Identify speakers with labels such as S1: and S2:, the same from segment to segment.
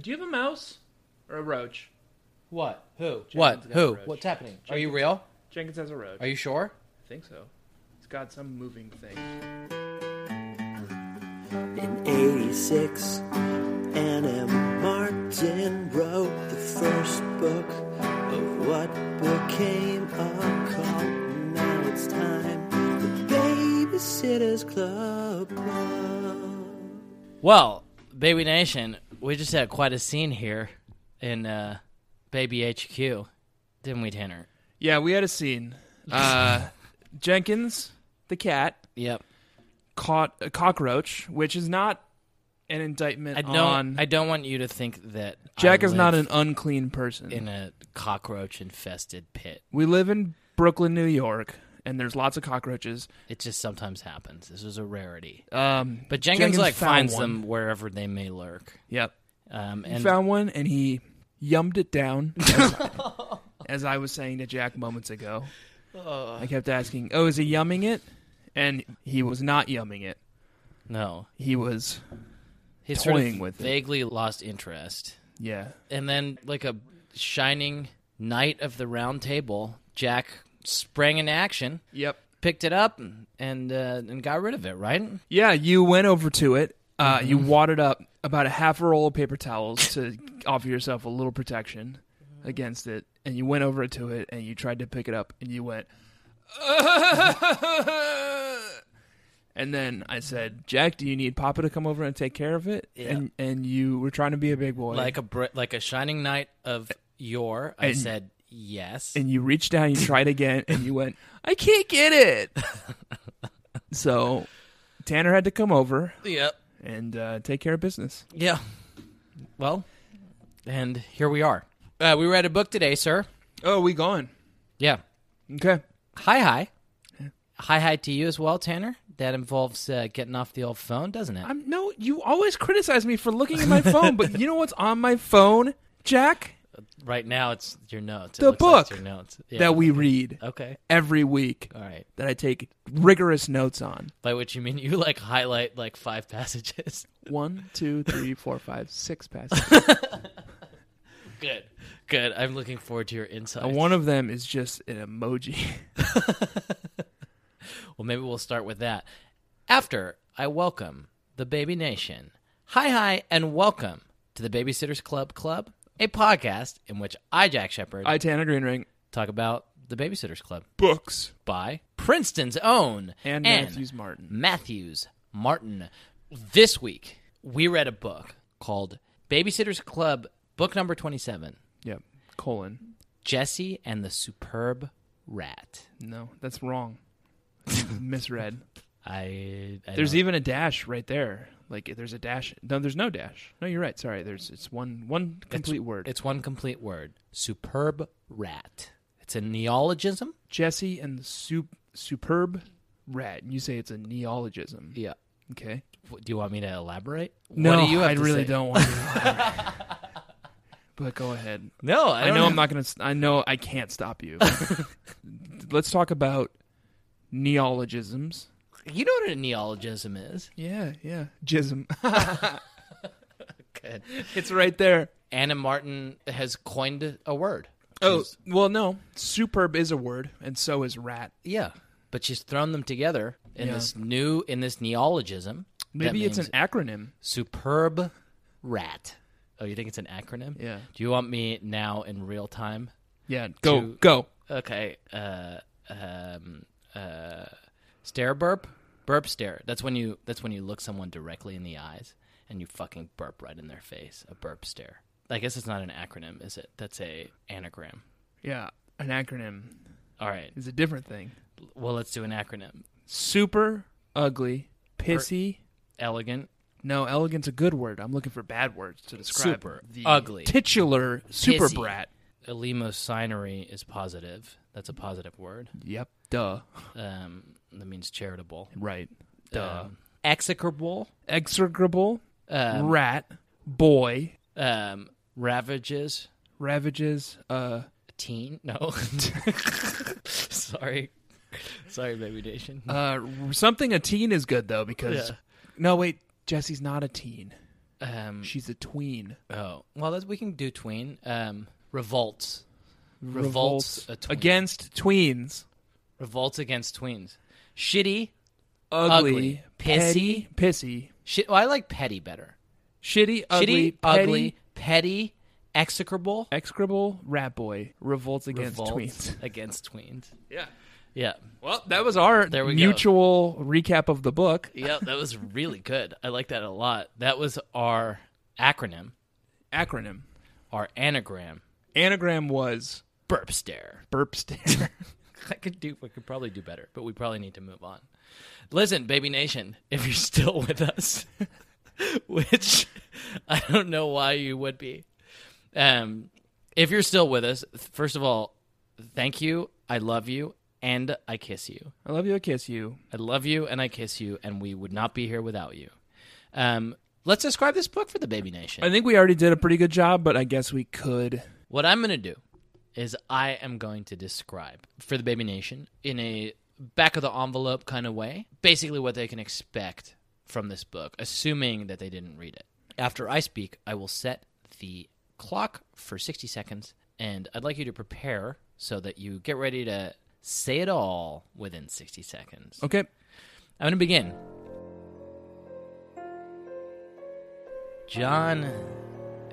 S1: Do you have a mouse or a roach?
S2: What? Who?
S3: What?
S1: Jenkins got
S3: Who?
S1: roach.
S2: What's happening?
S3: Are you real?
S1: Jenkins has a roach.
S3: Are you sure?
S1: I think so. It's got some moving thing.
S4: In 86, N.M. Martin wrote the first book of what became a cult. Now it's time, the Babysitter's Club. Club.
S2: Well, Baby Nation, we just had quite a scene here in uh, Baby HQ, didn't we, Tanner?
S1: Yeah, we had a scene. Uh, Jenkins, the cat,
S2: Yep.
S1: caught a cockroach, which is not an indictment
S2: I don't.
S1: on.
S2: I don't want you to think that I
S1: Jack is not
S2: live
S1: an unclean person.
S2: in a cockroach infested pit.
S1: we live in Brooklyn, New York, and there's lots of cockroaches.
S2: It just sometimes happens. This is a rarity. Uh,
S1: Um,
S2: But Jenkins, like
S1: found
S2: finds
S1: one.
S2: them wherever they may lurk.
S1: Yep.
S2: Um,
S1: He
S2: and
S1: found one and he yummed it down, as, as I was saying to Jack moments ago. I kept asking, "Oh, is he yumming it?" And he was not yumming it.
S2: no,
S1: He was,
S2: he's sort
S1: Toying
S2: of
S1: with it.
S2: vaguely lost interest.
S1: yeah,
S2: And then, like a shining knight of the round table, Jack sprang into action,
S1: yep,
S2: picked it up, and uh, and got rid of it. Right?
S1: yeah. You went over to it. Uh, You wadded up about a half a roll of paper towels to offer yourself a little protection against it, and you went over to it and you tried to pick it up, and you went. And then I said, Jack, do you need Papa to come over and take care of it?
S2: Yeah.
S1: And and you were trying to be a big boy.
S2: Like a br- like a shining knight of yore. I
S1: And-
S2: said yes.
S1: and you reached down, you tried again, and you went, I can't get it. so Tanner had to come over
S2: yep.
S1: and uh, take care of business.
S2: Yeah. Well, and here we are. Uh, we read a book today, sir.
S1: Oh, we gone.
S2: Yeah.
S1: Okay.
S2: Hi, hi. Hi, hi to you as well, Tanner. That involves uh, getting off the old phone, doesn't it?
S1: I'm no you always criticize me for looking at my phone, but you know what's on my phone, Jack?
S2: right now, it's your notes. It
S1: The
S2: looks like it's
S1: book
S2: your notes. Yeah.
S1: That we read
S2: Okay.
S1: every week
S2: All right.
S1: that I take rigorous notes on.
S2: By which you mean you like highlight like five passages.
S1: One, two, three, four, five, six passages.
S2: Good. Good. I'm looking forward to your insights.
S1: And one of them is just an emoji.
S2: Well, maybe we'll start with that. After I welcome the Baby Nation, hi, hi, and welcome to the Babysitters Club Club, a podcast in which I, Jack Shepard,
S1: I Tanner Greenring.
S2: talk about the Babysitters Club
S1: Books.
S2: by Princeton's own
S1: And Matthews Martin.
S2: Matthews Martin. This week, we read a book called Babysitters Club, book number 27
S1: Yep. Colon.
S2: Jesse and the Superb Rat.
S1: No, that's wrong. Misread.
S2: I, I
S1: There's
S2: don't-
S1: even a dash right there. Like there's a dash. No, there's no dash. No, you're right. Sorry. There's it's one one complete word.
S2: It's one complete word. Superb rat. It's a neologism.
S1: Jesse and the soup superb rat. And you say it's a neologism.
S2: Yeah.
S1: Okay.
S2: Do you want me to elaborate?
S1: No,
S2: what do you have
S1: I
S2: to
S1: really
S2: say?
S1: don't want to. but go ahead.
S2: No, I,
S1: I,
S2: don't
S1: know
S2: have-
S1: I'm not gonna. s- I know I can't stop you. Let's talk about neologisms.
S2: You know what a neologism is?
S1: Yeah, yeah. Jism.
S2: Good.
S1: it's right there.
S2: Anna Martin has coined a word.
S1: Oh,
S2: She's-
S1: well, no. Superb is a word, and so is rat.
S2: yeah. But she's thrown them together in
S1: Yeah.
S2: this new in this neologism. that
S1: Maybe it's an
S2: means
S1: acronym.
S2: superb rat. Oh, you think it's an acronym?
S1: Yeah.
S2: Do you want me now in real time?
S1: Yeah, go,
S2: To-
S1: go.
S2: Okay. Uh, um, uh, stare burp, burp stare. That's when you. That's when you look someone directly in the eyes and you fucking burp right in their face. A burp stare. I guess it's not an acronym, is it? That's a anagram.
S1: Yeah, an acronym
S2: All right.
S1: is a different thing.
S2: Well, let's do an acronym.
S1: Super ugly,
S2: Er
S1: pissy.
S2: Elegant,
S1: no, elegant's a good word. I'm looking for bad words to describe
S2: Super
S1: the
S2: ugly,
S1: titular super
S2: pissy.
S1: brat.
S2: eleemosynary is positive. That's a positive word.
S1: Yep, duh.
S2: Um, that means charitable.
S1: Right, duh.
S2: Um, execrable.
S1: Execrable,
S2: Um,
S1: rat, boy,
S2: um, ravages.
S1: ravages. Uh,
S2: teen? No. Sorry. Sorry, Baby Nation.
S1: uh, something a teen is good though because.
S2: Yeah.
S1: No wait, Jesse's not a teen.
S2: Um,
S1: She's a tween.
S2: oh, well, that's, we can do tween. Um, revolts. Revolts a tween.
S1: against tweens.
S2: Revolts against tweens. Shitty.
S1: Ugly,
S2: Ugly.
S1: petty, pissy,
S2: Shit. Well, I like petty better.
S1: shitty, ugly,
S2: Shitty,
S1: petty,
S2: ugly, petty, execrable.
S1: execrable, rat boy, revolts against
S2: Revolts
S1: tweens.
S2: Against tweens.
S1: Yeah.
S2: Yeah.
S1: Well, that was our
S2: There we go.
S1: mutual recap of the book.
S2: Yeah, that was really good. I like that a lot. That was our acronym,
S1: Acronym.
S2: our anagram,
S1: Anagram was
S2: burp stare.
S1: burp stare.
S2: I could do. We could probably do better, but we probably need to move on. Listen, baby nation, if you're still with us, which I don't know why you would be, um, if you're still with us, first of all, thank you. I love you, and I kiss you.
S1: I love you, I kiss you.
S2: I love you, and I kiss you, and we would not be here without you. Um, let's describe this book for the baby nation.
S1: I think we already did a pretty good job, but I guess we could.
S2: What I'm going to do is I am going to describe for the Baby Nation in a back of the envelope kind of way, basically what they can expect from this book, assuming that they didn't read it. After I speak, I will set the clock for 60 seconds, and I'd like you to prepare so that you get ready to say it all within 60 seconds.
S1: Okay.
S2: I'm going to begin. John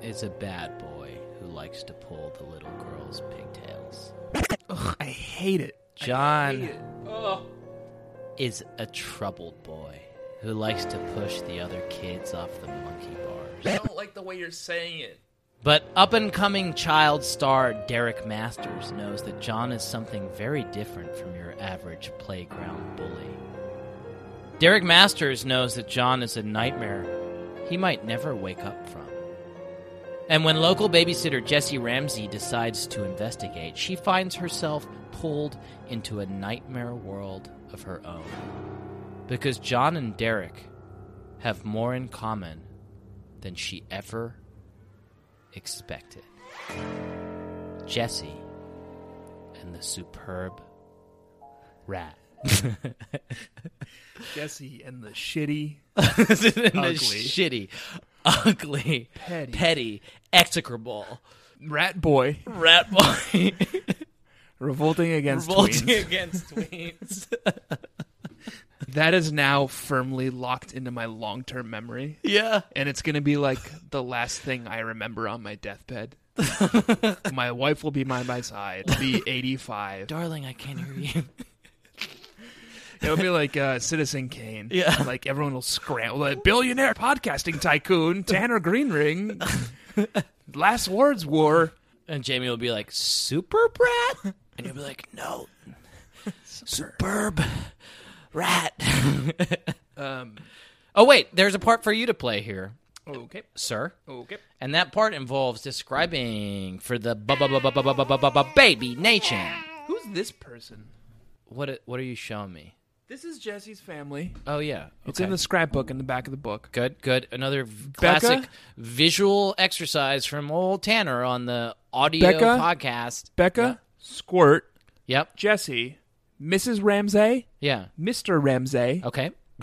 S2: is a bad boy who likes to pull the little girl's pigtails.
S1: Ugh, I hate it.
S2: John
S1: Oh,
S2: is a troubled boy who likes to push the other kids off the monkey bars.
S1: don't like the way you're saying it.
S2: But up and coming child star Derek Masters knows that John is something very different from your average playground bully. Derek Masters knows that John is a nightmare he might never wake up from. And when local babysitter Jessie Ramsey decides to investigate, she finds herself pulled into a nightmare world of her own. Because John and Derek have more in common than she ever expected. Jesse and the superb rat.
S1: Jesse and the shitty.
S2: And the
S1: Ugly.
S2: shitty, ugly,
S1: Petty.
S2: execrable
S1: Rat boy
S2: rat boy
S1: revolting against
S2: revolting
S1: tweens.
S2: against tweens.
S1: That is now firmly locked into my long term memory.
S2: yeah.
S1: And it's going to be like the last thing I remember on my deathbed. my wife will be by my side, be 85.
S2: Darling, I can't hear you.
S1: It'll be like uh, Citizen Kane.
S2: Yeah.
S1: Like everyone will scramble. Like, Billionaire podcasting tycoon, Tanner Greenring. Last words war.
S2: And Jamie will be like, Super brat? And you'll be like, No. Superb rat.
S1: Um,
S2: oh, wait, there's a part for you to play here,
S1: okay.
S2: sir.
S1: Okay.
S2: And that part involves describing for the bu- bu- bu- bu- bu- bu- bu- bu- bu- bu- baby nation.
S1: Who's this person?
S2: What what are you showing me?
S1: This is Jesse's family.
S2: Oh yeah,
S1: It's in the scrapbook in the back of the book.
S2: good good another v- classic
S1: Becca?
S2: visual exercise from old Tanner on the audio
S1: Becca?
S2: podcast.
S1: Becca, Squirt,
S2: Yep.
S1: Jesse, Mrs. Ramsey,
S2: Yeah.
S1: Mr. Ramsey.
S2: Okay.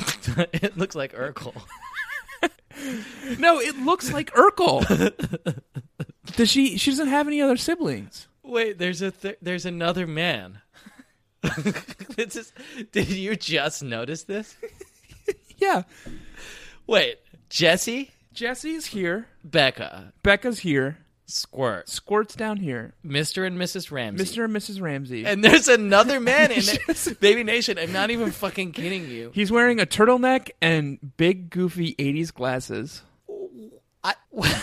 S2: it looks like Urkel.
S1: No, it looks like Urkel. Does she? She doesn't have any other siblings.
S2: Wait, there's a th- there's another man. this is, did you just notice this?
S1: Yeah,
S2: Wait, Jesse,
S1: Jesse's here.
S2: Becca,
S1: Becca's here.
S2: Squirt,
S1: Squirt's down here.
S2: Mr. and Mrs. Ramsey.
S1: Mr. and Mrs. Ramsey.
S2: and there's another man in it. Baby Nation, I'm not even fucking kidding you.
S1: He's wearing a turtleneck and big goofy '80s glasses
S2: I,
S1: and,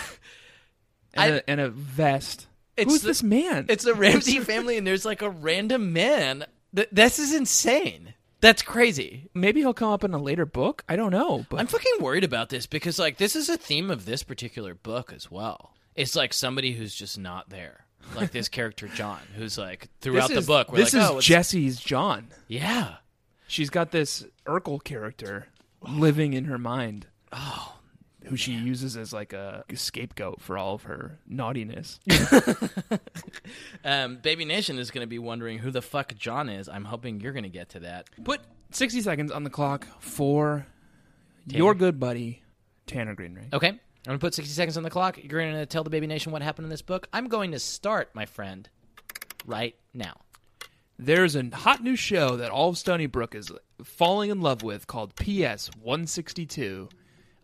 S2: I-
S1: a, and a vest.
S2: It's
S1: Who's
S2: the-
S1: this man?
S2: it's the Ramsey family, and there's like a random man. Th- this is insane. That's crazy.
S1: Maybe he'll come up in a later book. I don't know, but
S2: I'm fucking worried about this because, like, this is a theme of this particular book as well. It's like somebody who's just not there, like this character John, who's like throughout
S1: this
S2: the
S1: is-
S2: book. We're
S1: this
S2: like,
S1: is
S2: oh, it's-
S1: Jesse's John.
S2: yeah.
S1: She's got this Urkel character living in her mind. Oh. Who she uses as like a scapegoat for all of her naughtiness.
S2: Um, Baby Nation is going to be wondering who the fuck John is. I'm hoping you're going to get to that.
S1: Put 60 seconds on the clock for your good buddy, Tanner Greenring.
S2: Okay. I'm gonna put 60 seconds on the clock. You're gonna tell the Baby Nation what happened in this book. I'm going to start, my friend, right now.
S1: There's a hot new show that all of Stony Brook is falling in love with called PS 162.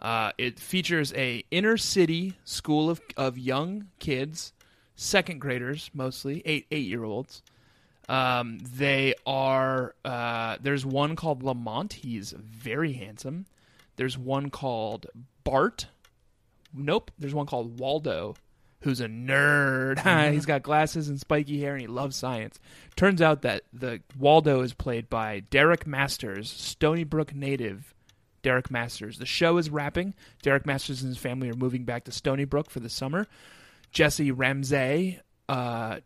S1: Uh, it features a inner city school of, of young kids, second graders mostly, eight eight year olds. Um, they are uh, there's one called Lamont. He's very handsome. There's one called Bart. Nope. There's one called Waldo, who's a nerd. He's got glasses and spiky hair, and he loves science. Turns out that the Waldo is played by Derek Masters, Stony Brook native. Derek Masters. The show is wrapping. Derek Masters and his family are moving back to Stony Brook for the summer. Jesse Ramsey uh,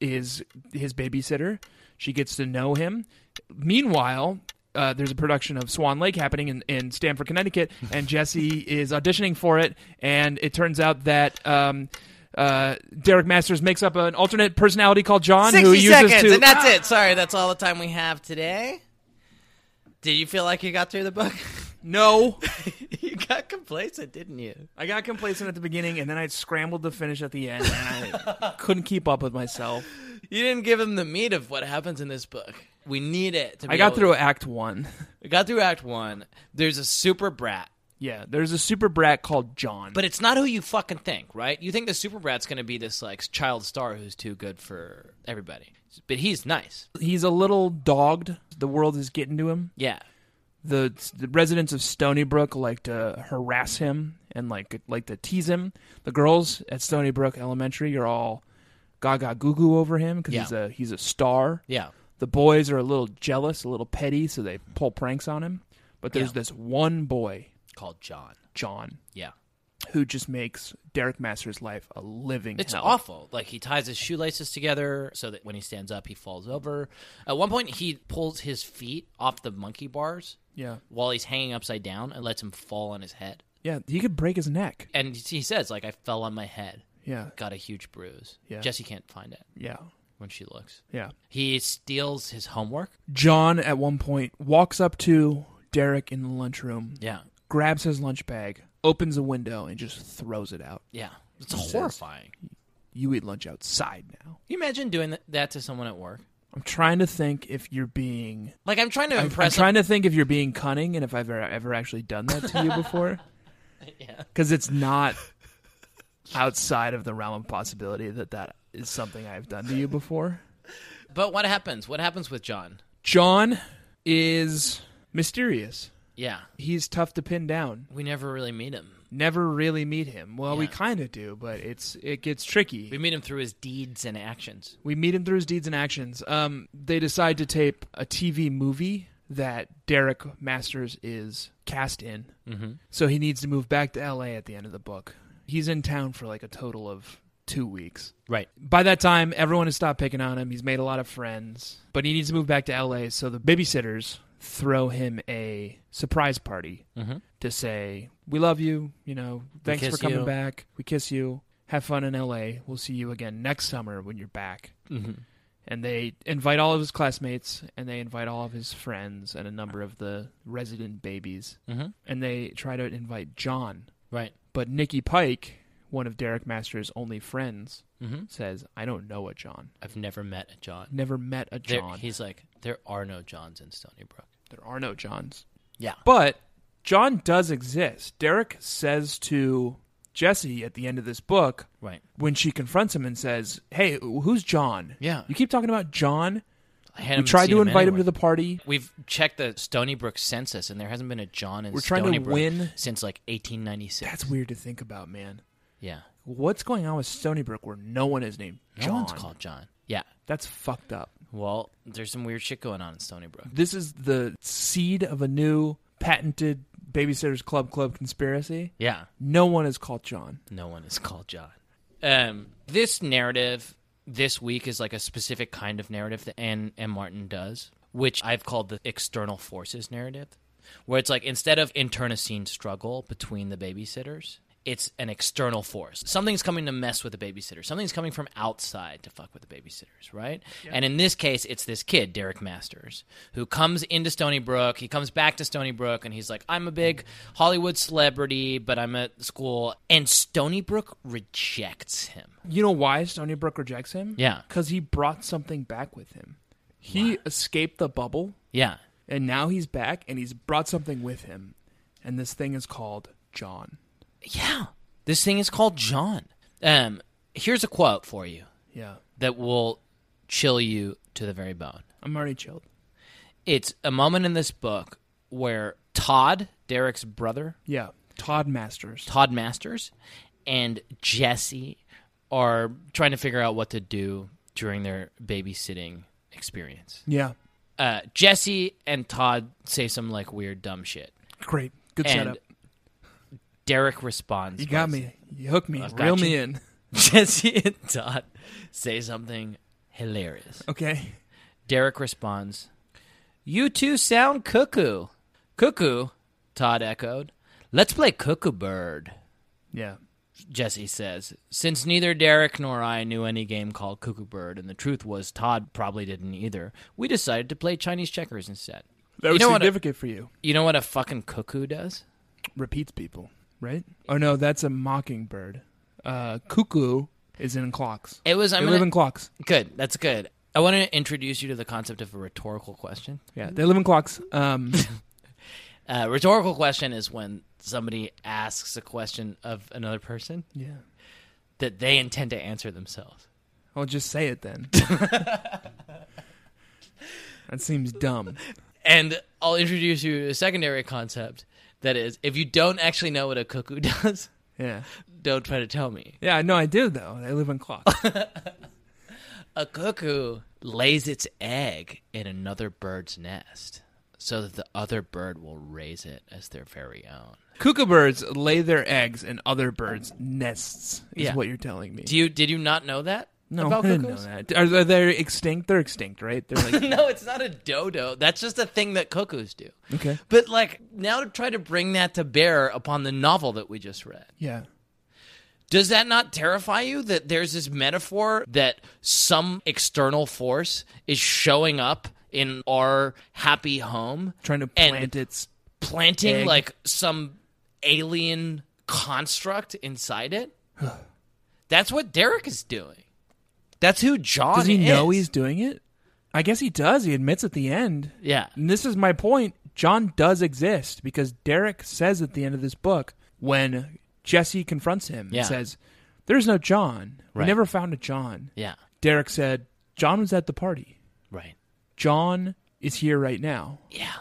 S1: is his babysitter. She gets to know him. Meanwhile, uh, there's a production of Swan Lake happening in, in Stamford, Connecticut, and Jesse is auditioning for it. And it turns out that um, uh, Derek Masters makes up an alternate personality called John, who
S2: 60
S1: he uses
S2: seconds,
S1: to
S2: and that's it. Sorry, that's all the time we have today. Did you feel like you got through the book?
S1: no.
S2: you got complacent, didn't you?
S1: I got complacent at the beginning, and then I scrambled to finish at the end, and I couldn't keep up with myself.
S2: You didn't give him the meat of what happens in this book. We need it. To be
S1: I got
S2: able-
S1: through Act One.
S2: We got through Act One. There's a super brat,
S1: Yeah, there's a super brat called John.
S2: but it's not who you fucking think, right? You think the super brat's going to be this like child star who's too good for everybody, but he's nice.
S1: he's a little dogged. The world is getting to him.
S2: Yeah,
S1: The, the residents of Stony Brook like to harass him and like like to tease him. The girls at Stony Brook Elementary are all gaga goo goo over him because he's
S2: Yeah.
S1: a he's a star.
S2: yeah.
S1: The boys are a little jealous, a little petty, so they pull pranks on him. But there's
S2: Yeah.
S1: this one boy,
S2: Called John.
S1: John,
S2: Yeah,
S1: who just makes Derek Masters' life a living
S2: it's
S1: hell.
S2: awful. Like he ties his shoelaces together so that when he stands up, he falls over. At one point, he pulls his feet off the monkey bars
S1: Yeah.
S2: while he's hanging upside down and lets him fall on his head.
S1: Yeah, he could break his neck.
S2: And he says, "Like I fell on my head."
S1: Yeah.
S2: got a huge bruise.
S1: Yeah.
S2: Jesse can't find it
S1: Yeah.
S2: when she looks.
S1: Yeah.
S2: He steals his homework.
S1: John at one point walks up to Derek in the lunchroom,
S2: Yeah.
S1: grabs his lunch bag, opens a window and just throws it out.
S2: Yeah. It's horrifying.
S1: You eat lunch outside now.
S2: Can you imagine doing th- that to someone at work?
S1: I'm trying to think if you're being
S2: Like I'm trying to
S1: I'm, I'm
S2: impress
S1: trying to think if you're being cunning and if I've ever, ever actually done that to you before.
S2: Yeah.
S1: Cuz it's not outside of the realm of possibility that that is something I've done to you before.
S2: But what happens? What happens with John?
S1: John is mysterious.
S2: Yeah.
S1: He's tough to pin down.
S2: We never really meet him.
S1: Never really meet him. Well, we
S2: Yeah.
S1: kind of do, but it's it gets
S2: We
S1: tricky.
S2: meet him through his deeds and actions.
S1: We meet him through his deeds and actions. Um, they decide to tape a TV movie that Derek Masters is cast in, mm-hmm. so he needs to move back to L.A. at the end of the book. He's in town for like a total of two weeks.
S2: Right.
S1: By that time, everyone has stopped picking on him. He's made a lot of friends, but he needs to move back to LA. So the babysitters throw him a surprise party to say, "We love you. You know, thanks for
S2: Mm-hmm. kiss
S1: coming
S2: you."
S1: back. We kiss you. Have fun in LA. We'll see you again next summer when you're back."
S2: Mm-hmm.
S1: And they invite all of his classmates, and they invite all of his friends, and a number of the resident babies,
S2: Mhm.
S1: and they try to invite John,
S2: Right.
S1: but Nikki Pike, one of Derek Masters' only friends,
S2: Mhm.
S1: says, "I don't know a John.
S2: I've never met a John.
S1: Never met a
S2: There-
S1: John. There,
S2: he's like, there are no Johns in Stony Brook.
S1: are no Johns."
S2: Yeah.
S1: But John does exist. Derek says to Jesse at the end of this book
S2: Right.
S1: when she confronts him and says, "Hey, who's John?
S2: Yeah.
S1: you keep talking about John.
S2: I
S1: We
S2: haven't
S1: tried
S2: seen
S1: to invite him
S2: anywhere.
S1: to the party.
S2: We've checked the Stony Brook census, and there hasn't been a John in
S1: We're trying to
S2: Stony Brook
S1: win-
S2: since like 1896.
S1: That's weird to think about, man."
S2: yeah.
S1: What's going on with Stony Brook where no one is named
S2: No
S1: John?
S2: one's called John. Yeah.
S1: That's fucked up.
S2: Well, there's some weird shit going on in Stony Brook.
S1: This is the seed of a new patented Babysitters Club Club conspiracy.
S2: Yeah.
S1: No one is called John.
S2: No one is called John. Um, this narrative this week is like a specific kind of narrative that Anne M. Martin does, which I've called the external forces narrative, where it's like instead of internecine struggle between the babysitters, it's an external force. Something's coming to mess with the babysitter. Something's coming from outside to fuck with the babysitters, right? And in this case, it's this kid, Derek Masters, who comes into Stony Brook. He comes back to Stony Brook and he's like, I'm a big Hollywood celebrity, but I'm at school. And Stony Brook rejects him.
S1: You know why Stony Brook rejects him?
S2: Yeah.
S1: Because he brought something back with him. He escaped the bubble,
S2: Yeah.
S1: and now he's back, and he's brought something with him. And this thing is called John.
S2: Yeah. This thing is called John. Um, here's a quote for you
S1: Yeah.
S2: that will chill you to the very bone.
S1: I'm already chilled.
S2: It's a moment in this book where Todd, Derek's brother,
S1: Yeah. Todd Masters.
S2: Todd Masters, and Jesse are trying to figure out what to do during their babysitting experience.
S1: Yeah.
S2: Uh, Jesse and Todd say some like weird dumb shit.
S1: Great. Good
S2: And
S1: setup.
S2: Derek responds.
S1: You got
S2: by
S1: me. You hooked me.
S2: I've got
S1: Reel
S2: you.
S1: me in.
S2: Jesse and Todd say something hilarious.
S1: Okay.
S2: Derek responds, You two sound cuckoo. Cuckoo, Todd echoed. Let's play cuckoo bird,
S1: Yeah.
S2: Jesse says. Since neither Derek nor I knew any game called cuckoo bird, and the truth was Todd probably didn't either, we decided to play Chinese checkers instead.
S1: That
S2: You
S1: was
S2: know what a-
S1: significant for you.
S2: You know what a fucking cuckoo does?
S1: Repeats people, right? Oh no, that's a mockingbird. Uh, cuckoo is in clocks.
S2: It was,
S1: They
S2: I'm
S1: live in clocks.
S2: Good, that's good. I want to introduce you to the concept of a rhetorical question.
S1: Yeah, they live in clocks. Um,
S2: Uh, rhetorical question is when somebody asks a question of another person
S1: yeah.
S2: that they intend to answer themselves.
S1: I'll just say it then. that seems dumb.
S2: And I'll introduce you to a secondary concept that is if you don't actually know what a cuckoo does,
S1: Yeah.
S2: don't try to tell me.
S1: Yeah, no, I do though. They live in clocks.
S2: A cuckoo lays its egg in another bird's nest so that the other bird will raise it as their very own.
S1: Cuckoo birds lay their eggs in other birds' nests. Is
S2: Yeah.
S1: what you're telling me.
S2: Do you did you not know that?
S1: no,
S2: about
S1: I didn't know
S2: cuckoos?
S1: that. Are, are they extinct? They're extinct, right? They're like
S2: No, it's not a dodo. That's just a thing that cuckoos do.
S1: okay.
S2: But like now to try to bring that to bear upon the novel that we just read.
S1: Yeah.
S2: Does that not terrify you that there's this metaphor that some external force is showing up in our happy home
S1: Trying to
S2: And-
S1: plant its
S2: planting
S1: Egg.
S2: like some alien construct inside it? That's what Derek is doing. That's who John
S1: Does he know
S2: is.
S1: he's doing it? I guess he does. He admits at the end.
S2: Yeah.
S1: And this is my point. John does exist because Derek says at the end of this book when Jesse confronts him
S2: Yeah.
S1: and says, There's no John. We
S2: Right.
S1: never found a John.
S2: Yeah.
S1: Derek said, John was at the party.
S2: Right.
S1: John is here right now.
S2: Yeah.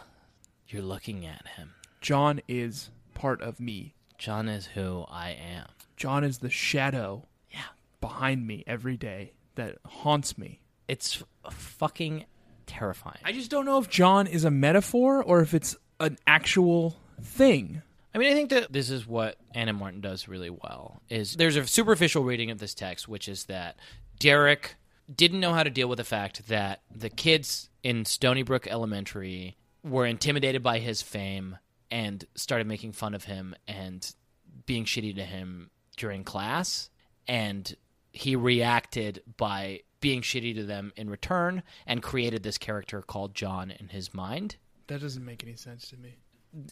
S2: You're looking at him.
S1: John is part of me.
S2: John is who I am.
S1: John is the shadow
S2: Yeah.
S1: behind me every day that haunts me.
S2: It's f- fucking terrifying.
S1: I just don't know if John is a metaphor or if it's an actual thing.
S2: I mean, I think that this is what Anna Martin does really well. Is there's a superficial reading of this text, which is that Derek didn't know how to deal with the fact that the kids in Stony Brook Elementary were intimidated by his fame and started making fun of him and being shitty to him during class, and he reacted by being shitty to them in return and created this character called John in his mind.
S1: That doesn't make any sense to me.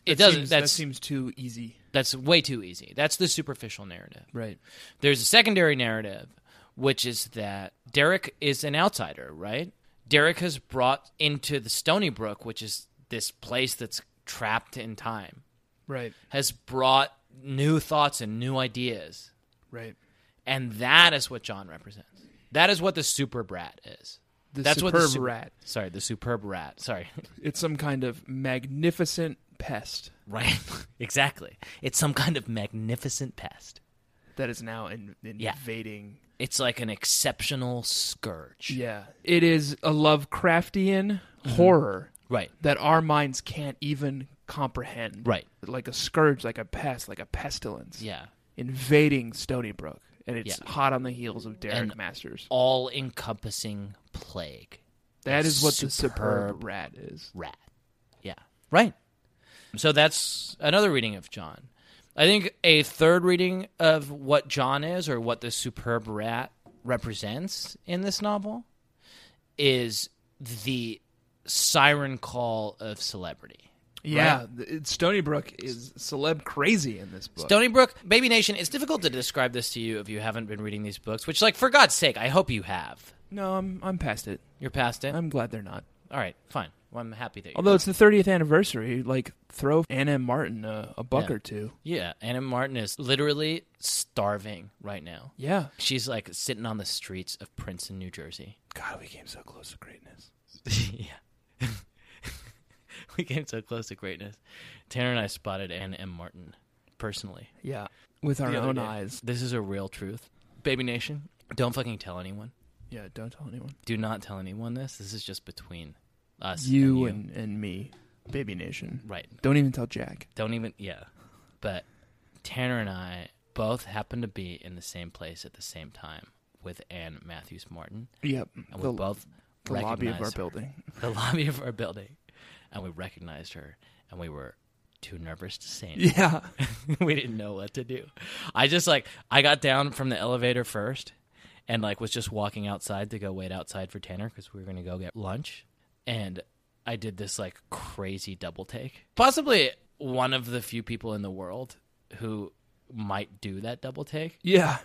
S2: It doesn't.
S1: Seems-
S2: that's
S1: that seems too easy.
S2: that's way too easy. That's the superficial narrative.
S1: Right.
S2: There's a secondary narrative, which is that Derek is an outsider, right? Derek has brought into the Stony Brook, which is this place that's trapped in time,
S1: Right.
S2: has brought new thoughts and new ideas.
S1: Right.
S2: And that is what John represents. That is what the super brat is.
S1: The
S2: that's what the
S1: superb
S2: super-
S1: rat.
S2: Sorry, the superb rat. Sorry.
S1: It's some kind of magnificent pest
S2: right. exactly. It's some kind of magnificent pest.
S1: that is now in,
S2: Yeah.
S1: invading.
S2: It's like an exceptional scourge.
S1: Yeah. It is a Lovecraftian
S2: Mm-hmm.
S1: horror
S2: Right.
S1: that our minds can't even comprehend.
S2: Right.
S1: Like a scourge, like a pest, like a pestilence
S2: Yeah.
S1: invading Stony Brook. And it's
S2: Yeah.
S1: hot on the heels of Derek
S2: And-
S1: Masters.
S2: all encompassing plague
S1: That is what the
S2: superb
S1: superb rat is.
S2: rat. Yeah. Right. So that's another reading of John. I think a third reading of what John is or what the superb rat represents in this novel is the siren call of celebrity.
S1: Yeah, th- it- Stony Brook is celeb crazy in this book.
S2: Stony Brook, Baby Nation, it's difficult to describe this to you if you haven't been reading these books, which, like, for God's sake, I hope you have.
S1: no, I'm I'm past it.
S2: You're past it?
S1: I'm glad they're not.
S2: All right, fine. Well, I'm happy that you
S1: Um, Although it's the 30th anniversary, like throw Anna and Martin a, a buck
S2: Yeah.
S1: or two.
S2: Yeah, Anna Martin is literally starving right now.
S1: Yeah.
S2: She's like sitting on the streets of Princeton, New Jersey.
S1: God, we came so close to greatness.
S2: yeah. we came so close to greatness. Tanner and I spotted Anna M. Martin personally.
S1: Yeah, with our
S2: the other
S1: own
S2: day.
S1: eyes.
S2: This is a real truth. Baby Nation, don't fucking tell anyone.
S1: Yeah, don't tell anyone.
S2: Do not tell anyone this. This is just between us. and
S1: You
S2: you.
S1: and, and me, baby nation.
S2: Right.
S1: Don't even tell Jack.
S2: Don't even yeah. But Tanner and I both happened to be in the same place at the same time with Anne Matthews Martin.
S1: Yep.
S2: And
S1: the
S2: we both
S1: the lobby of our
S2: recognized her.
S1: building.
S2: the lobby of our building, and we recognized her, and we were too nervous to say anything.
S1: Yeah.
S2: we didn't know what to do. I just like I got down from the elevator first, and like was just walking outside to go wait outside for Tanner because we were gonna go get lunch, and I did this like crazy double take. Possibly one of the few people in the world who might do that double take.
S1: Yeah.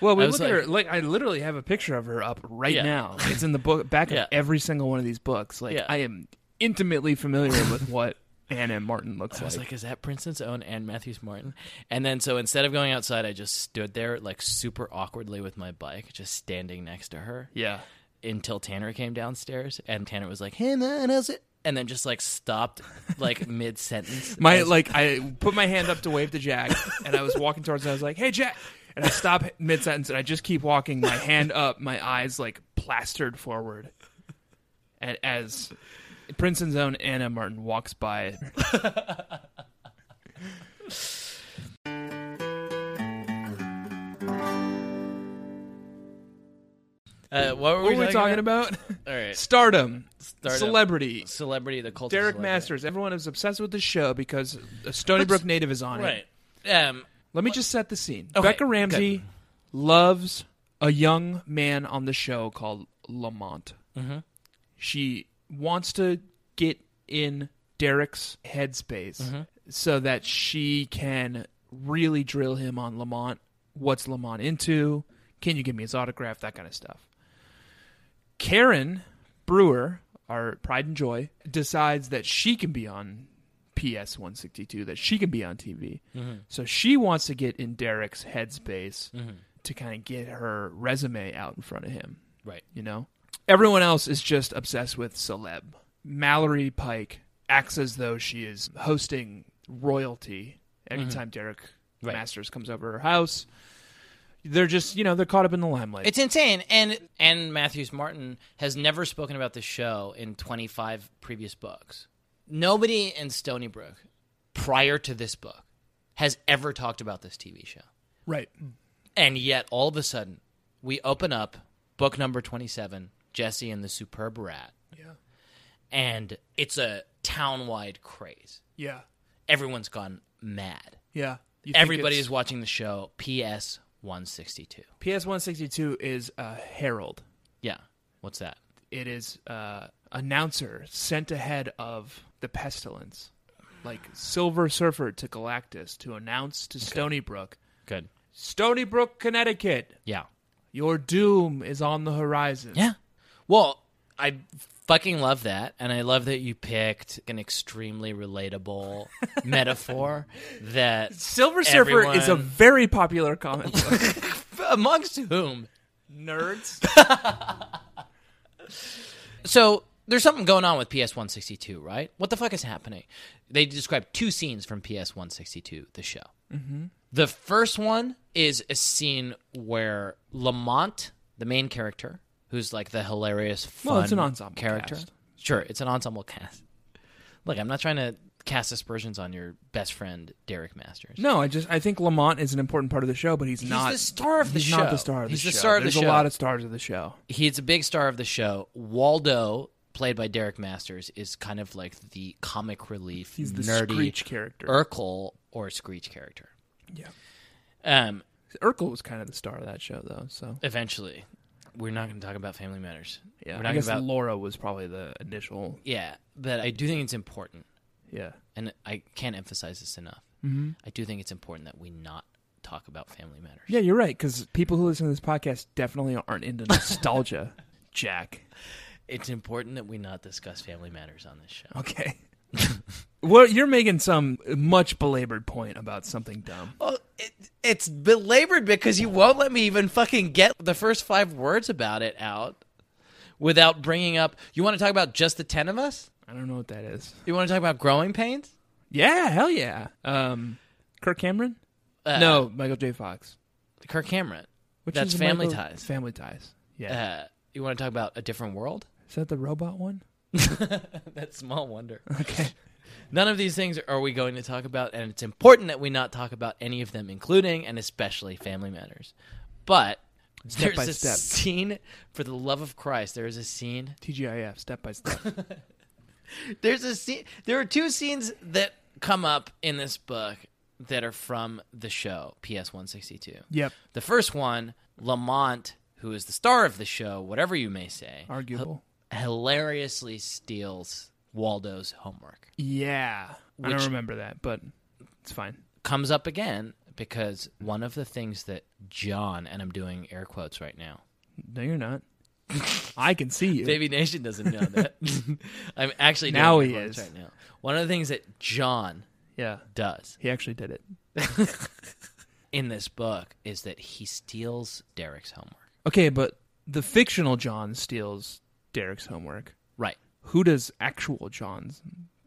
S1: Well, we
S2: I
S1: look
S2: was
S1: at
S2: like-
S1: her. Like I literally have a picture of her up right
S2: Yeah.
S1: now. It's in the book back
S2: Yeah.
S1: of every single one of these books. Like
S2: Yeah.
S1: I am intimately familiar with what Anna and Martin looks
S2: I was
S1: like.
S2: like, is that Princeton's own Anne Matthews Martin? And then so instead of going outside, I just stood there like super awkwardly with my bike, just standing next to her
S1: Yeah.
S2: until Tanner came downstairs and Tanner was like, Hey man, how's it? And then just like stopped like mid sentence.
S1: My like I put my hand up to wave to Jack and I was walking towards and I was like, "Hey Jack." And I stop mid sentence and I just keep walking, my hand up, my eyes like plastered forward. And as Princeton's own Anna Martin walks by.
S2: uh, what were
S1: What
S2: we,
S1: were we talking about?
S2: All right.
S1: Stardom,
S2: Stardom.
S1: celebrity,
S2: Celebrity, the cult. of
S1: Derek
S2: celebrity.
S1: Masters. Everyone is obsessed with the show because a Stony Brook native is on it.
S2: Right. Um,
S1: Let me just set the scene.
S2: Okay,
S1: Becca Ramsey loves a young man on the show called Lamont. Mm-hmm. She wants to get in Derek's headspace so that she can really drill him on Lamont. What's Lamont into? Can you give me his autograph? That kind of stuff. Karen Brewer, our pride and joy, decides that she can be on PS 162, that she can be on TV.
S2: Mm-hmm.
S1: So she wants to get in Derek's headspace to kind of get her resume out in front of him.
S2: right.
S1: You know, everyone else is just obsessed with celeb. Mallory Pike acts as though she is hosting royalty every time Derek
S2: Mm-hmm. Right.
S1: Masters comes over her house. They're just, you know, they're caught up in the limelight.
S2: It's insane. And and Matthews Martin has never spoken about the show in 25 previous books. Nobody in Stony Brook prior to this book has ever talked about this TV show.
S1: right.
S2: And yet all of a sudden, we open up book number 27, Jesse and the Superb Rat.
S1: Yeah.
S2: And it's a town-wide craze.
S1: Yeah.
S2: Everyone's gone mad.
S1: Yeah. You think
S2: Everybody
S1: it's-
S2: is watching the show PS 162.
S1: PS 162 is a herald.
S2: Yeah. What's that?
S1: It is uh, announcer sent ahead of the pestilence, like Silver Surfer to Galactus to announce to Stony Brook,
S2: Good.
S1: Stony Brook, Connecticut,
S2: Yeah.
S1: your doom is on the horizon.
S2: Yeah. Well, I fucking love that. And I love that you picked an extremely relatable metaphor that
S1: Silver Surfer is a
S2: everyone-
S1: very popular comic book.
S2: amongst whom.
S1: Nerds.
S2: So there's something going on with PS 162, right? What the fuck is happening? They describe two scenes from PS 162, the show. Mm-hmm. The first one is a scene where Lamont, the main character, who's like the hilarious, fun
S1: Well, it's an ensemble
S2: character.
S1: cast.
S2: Sure, it's an ensemble cast. Look, I'm not trying to cast aspersions on your best friend Derek Masters.
S1: No, I just I think Lamont is an important part of the show, but he's,
S2: He's
S1: not.
S2: the star of the
S1: he's
S2: show.
S1: not the star of the
S2: He's
S1: show.
S2: the star of the
S1: There's
S2: show.
S1: a lot of stars of the show.
S2: he's a big star of the show. Waldo, played by Derek Masters, is kind of like the comic relief,
S1: He's the
S2: nerdy Er-
S1: Screech character.
S2: Urkel or Screech character.
S1: Yeah.
S2: Um,
S1: Urkel was kind of the star of that show, though. So
S2: eventually, we're not going to talk about Family Matters.
S1: yeah,
S2: we're
S1: I
S2: not
S1: guess
S2: about.
S1: Laura was probably the initial.
S2: yeah, but I do think it's important,
S1: Yeah,
S2: and I can't emphasize this enough.
S1: Mm-hmm.
S2: I do think it's important that we not talk about Family Matters.
S1: yeah, you're right. Because people who listen to this podcast definitely aren't into nostalgia, Jack.
S2: It's important that we not discuss Family Matters on this show.
S1: Okay. well, you're making some much belabored point about something dumb.
S2: Well, it, it's belabored because you won't let me even fucking get the first five words about it out without bringing up. You want to talk about just the ten of us?
S1: I don't know what that is.
S2: You want to talk about growing pains?
S1: Yeah, hell yeah. Um, Kirk Cameron?
S2: Uh,
S1: no, Michael J. Fox.
S2: Kirk Cameron.
S1: Which
S2: that's
S1: is
S2: Family
S1: Michael-
S2: Ties.
S1: Family Ties. Yeah.
S2: Uh, you want to talk about a different world?
S1: is that the robot one?
S2: That's small wonder.
S1: Okay.
S2: None of these things are we going to talk about, and it's important that we not talk about any of them, including and especially family matters. But there's
S1: by
S2: a
S1: step.
S2: scene, for the love of Christ, there is a scene.
S1: TGIF, step by step.
S2: There's a scene. There are two scenes that come up in this book that are from the show PS 162.
S1: yep.
S2: The first one, Lamont, who is the star of the show, whatever you may say,
S1: Arguable.
S2: hilariously steals Waldo's homework.
S1: Yeah. I
S2: Which-
S1: don't remember that, but it's fine.
S2: Comes up again because one of the things that John, and I'm doing air quotes right now,
S1: No, you're not. I can see you.
S2: Baby Nation doesn't know that. I'm actually doing
S1: Now
S2: air
S1: he
S2: quotes
S1: is.
S2: right now. One of the things that John
S1: Yeah.
S2: does
S1: He actually did it.
S2: in this book is that he steals Derek's homework.
S1: Okay, but the fictional John steals Derek's homework.
S2: Right.
S1: Who does actual John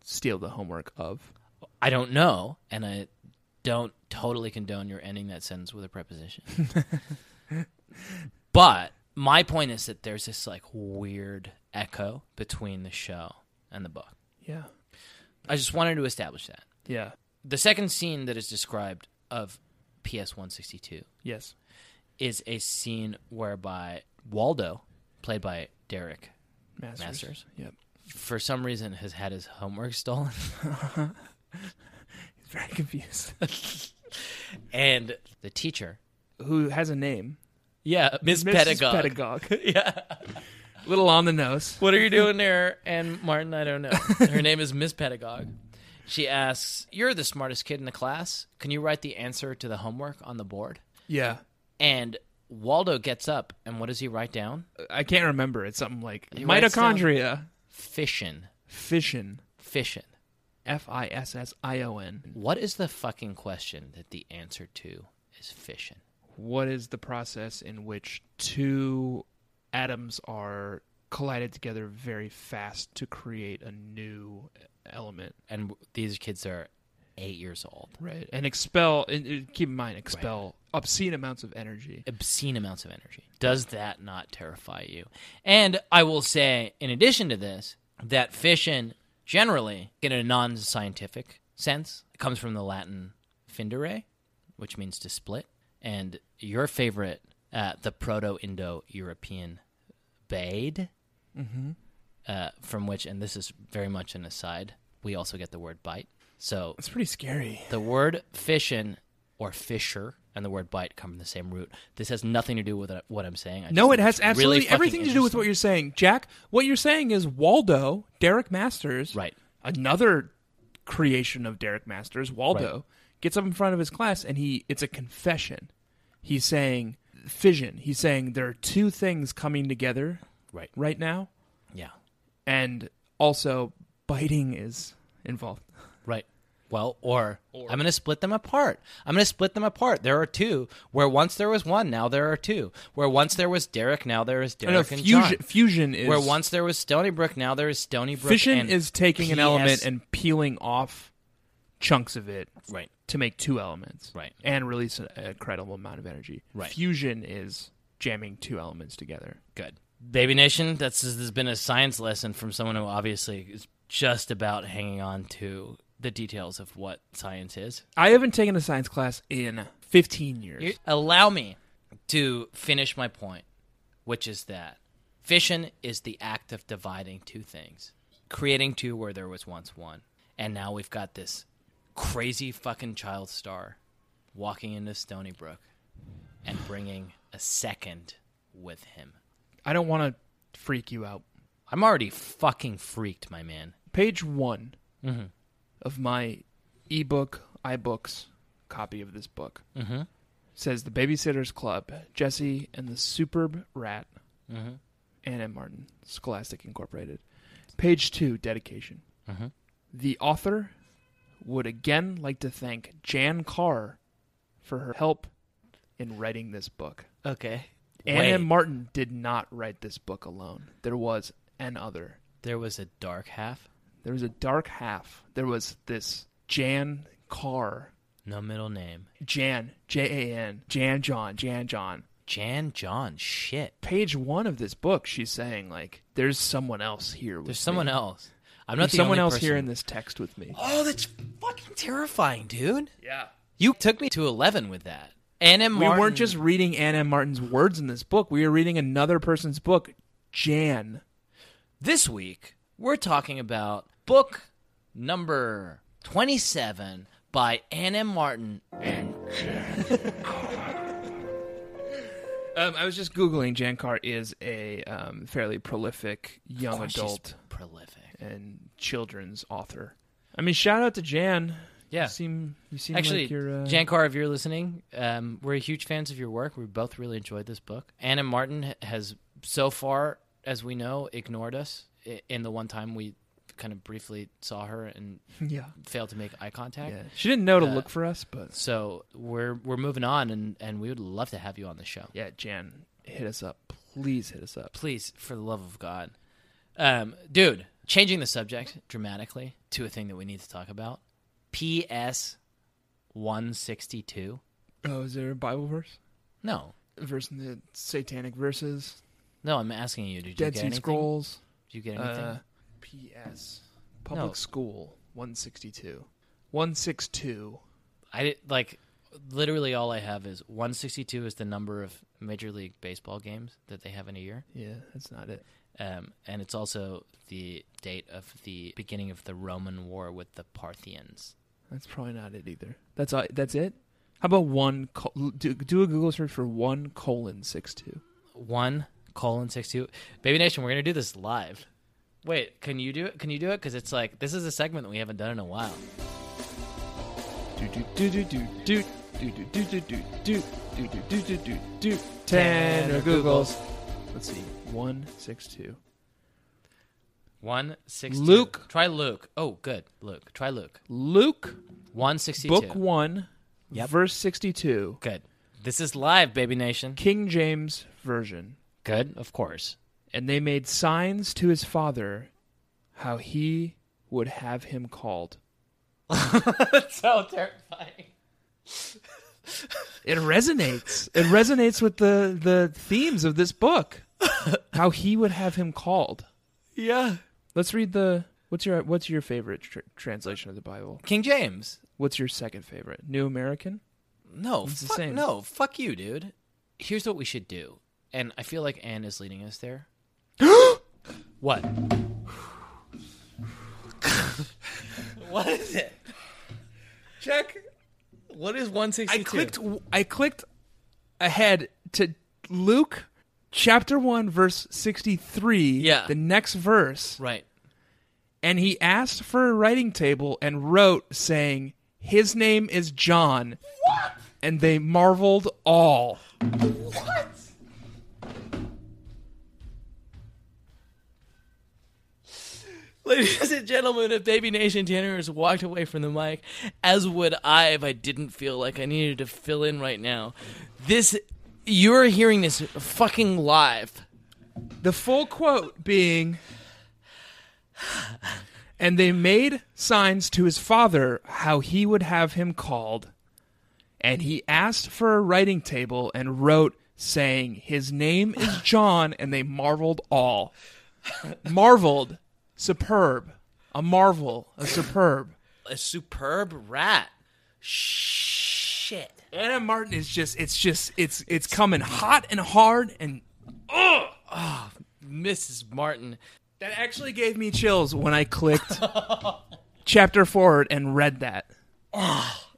S1: steal the homework of?
S2: I don't know, and I don't totally condone your ending that sentence with a preposition. but my point is that there's this like weird echo between the show and the book.
S1: Yeah.
S2: I just wanted to establish that.
S1: Yeah.
S2: The second scene that is described of PS 162
S1: Yes.
S2: is a scene whereby Waldo, played by Derek,
S1: Masters.
S2: Masters.
S1: Yep.
S2: for some reason has had his homework stolen.
S1: He's very confused.
S2: and the teacher,
S1: Who has a name?
S2: yeah, Miss
S1: Mrs.
S2: Pedagog.
S1: Pedagog.
S2: Yeah.
S1: Little on the nose.
S2: What are you doing there? And Martin, I don't know. Her name is Miss Pedagog. She asks, You're the smartest kid in the class. Can you write the answer to the homework on the board?
S1: Yeah.
S2: And Waldo gets up, and what does he write down?
S1: I can't remember. It's something like
S2: He writes down-
S1: mitochondria.
S2: Fission.
S1: Fission.
S2: Fission.
S1: F I S S I O N.
S2: What is the fucking question that the answer to is fission?
S1: What is the process in which two atoms are collided together very fast to create a new element?
S2: And w- these kids are eight years old.
S1: Right. And expel, and and keep in mind, expel obscene amounts of energy.
S2: obscene amounts of energy. Does that not terrify you? And I will say, in addition to this, that fission generally, in a non scientific sense, comes from the Latin findere, which means to split. And your favorite, uh, the Proto Indo European bade, uh, from which, and this is very much an aside, we also get the word bite. So
S1: It's pretty scary.
S2: the word fission or fisher and the word bite come from the same root. This has nothing to do with what I'm saying. I just
S1: No, it
S2: think
S1: has
S2: it's really
S1: absolutely
S2: fucking
S1: everything to do with what you're saying, Jack. What you're saying is Waldo, Derek Masters,
S2: Right.
S1: Another creation of Derek Masters, Waldo gets up in front of his class and he it's a confession. He's saying fission. He's saying there are two things coming together
S2: Right.
S1: right now,
S2: Yeah.
S1: and also biting is involved.
S2: Right. Well, or, I'm going to split them apart. I'm going to split them apart. There are two. Where once there was one, now there are two. Where once there was Derek, now there is
S1: I know
S2: Derek and
S1: fusion.
S2: John.
S1: Fusion is
S2: Where once there was Stony Brook, now there is Stony Brook.
S1: fission
S2: and
S1: is taking an
S2: PS
S1: element and peeling off chunks of it
S2: right.
S1: to make two elements
S2: Right.
S1: and release an incredible amount of energy
S2: Right.
S1: fusion is jamming two elements together
S2: Good. Baby Nation, that's this has been a science lesson from someone who obviously is just about hanging on to the details of what science is.
S1: i haven't taken a science class in 15 years
S2: You- Allow me to finish my point, which is that fission is the act of dividing two things, creating two where there was once one. And now we've got this crazy fucking child star walking into Stony Brook and bringing a second with him.
S1: I don't want to freak you out.
S2: I'm already fucking freaked, my man.
S1: Page one Mm-hmm. of my ebook, iBooks copy of this book
S2: Mhm.
S1: Mm-hmm. says The Babysitter's Club, Jesse and the Superb Rat, Mm-hmm.
S2: Mhm.
S1: Anna Martin, Scholastic Incorporated. Page two, dedication.
S2: Mhm.
S1: The author would again like to thank Jan Carr for her help in writing this book.
S2: Okay.
S1: Anna
S2: Wait,
S1: Martin did not write this book alone. There was an other.
S2: there was a dark half,
S1: There was a dark half. There was this Jan Carr.
S2: no middle name.
S1: Jan, J A N, Jan John, Jan John.
S2: Jan John. Shit.
S1: Page one of this book, she's saying, like, there's someone else here with
S2: There's someone
S1: me.
S2: else. I'm not
S1: There's
S2: the
S1: someone
S2: only
S1: else
S2: person.
S1: here in this text with me.
S2: Oh, that's fucking terrifying, dude.
S1: Yeah.
S2: You took me to eleven with that. Anna
S1: We
S2: Martin.
S1: weren't just reading Anna Martin's words in this book. We were reading another person's book, Jan.
S2: This week, we're talking about book number 27 by Anna Martin.
S1: Um, I was just Googling. Jan Carr is a um, fairly prolific young
S2: Gosh, she's
S1: adult
S2: Prolific.
S1: and children's author. I mean, shout out to Jan.
S2: Yeah.
S1: You seem, you seem
S2: Actually,
S1: like you're. Uh,
S2: Jan Carr, if you're listening, um, we're huge fans of your work. We both really enjoyed this book. Anna Martin h- has, so far as we know, ignored us i- in the one time we kind of briefly saw her and
S1: yeah.
S2: failed to make eye contact.
S1: Yeah. She didn't know to
S2: Uh,
S1: look for us, but.
S2: So we're we're moving on, and, and we would love to have you on the show.
S1: Yeah, Jan, hit us up. Please hit us up.
S2: please, for the love of God. Um, dude, changing the subject dramatically to a thing that we need to talk about. PS 162.
S1: Oh, is there a Bible verse?
S2: No,
S1: Verse in the satanic verses,
S2: no, I'm asking you. Did you
S1: Dead
S2: get
S1: Sea
S2: anything?
S1: Scrolls.
S2: Did you get anything?
S1: Uh, P.S. Public School 162. 162.
S2: I did, like literally all I have is 162 is the number of Major League Baseball games that they have in a year.
S1: Yeah, that's not it.
S2: Um, and it's also the date of the beginning of the Roman War with the Parthians.
S1: That's probably not it either. That's all, that's it. How about one? col- Do, do a Google search for one colon six two.
S2: one colon six two. Baby Nation, we're gonna do this live. Wait, can you do it? Can you do it? Because it's like this is a segment that we haven't done in a while.
S1: Do do do do do do do do do do do do do do do do do. Ten or Googles. Let's see. One six two.
S2: One six. two.
S1: Luke.
S2: try Luke. Oh, good, Luke. Try Luke.
S1: Luke,
S2: One sixty two.
S1: book one,
S2: Yep.
S1: verse sixty two.
S2: Good. This is live, Baby Nation.
S1: King James version.
S2: Good, of course.
S1: And they made signs to his father how he would have him called.
S2: so terrifying.
S1: It resonates. it resonates with the, the themes of this book. how he would have him called.
S2: Yeah.
S1: Let's read the what's your what's your favorite tr- translation of the Bible?
S2: King James.
S1: What's your second favorite? New American?
S2: No,
S1: It's the
S2: fuck,
S1: same.
S2: no, fuck you, dude. Here's what we should do, and I feel like Anne is leading us there. what? what is it? Check. What is one sixty
S1: I clicked I clicked ahead to Luke chapter 1 verse 63,
S2: Yeah.
S1: the next verse.
S2: Right.
S1: and he asked for a writing table and wrote saying his name is john what? and they marveled all
S2: Ladies and gentlemen, if Baby Nation Tanner has walked away from the mic, as would I if I didn't feel like I needed to fill in right now, this you're hearing this fucking live.
S1: the full quote being and they made signs to his father how he would have him called and he asked for a writing table and wrote saying his name is john and they marveled all marveled superb a marvel a superb
S2: a superb rat. Shit.
S1: Anna Martin is just it's just it's it's coming hot and hard and
S2: Mrs. Martin.
S1: that actually gave me chills when I clicked chapter forward and read that.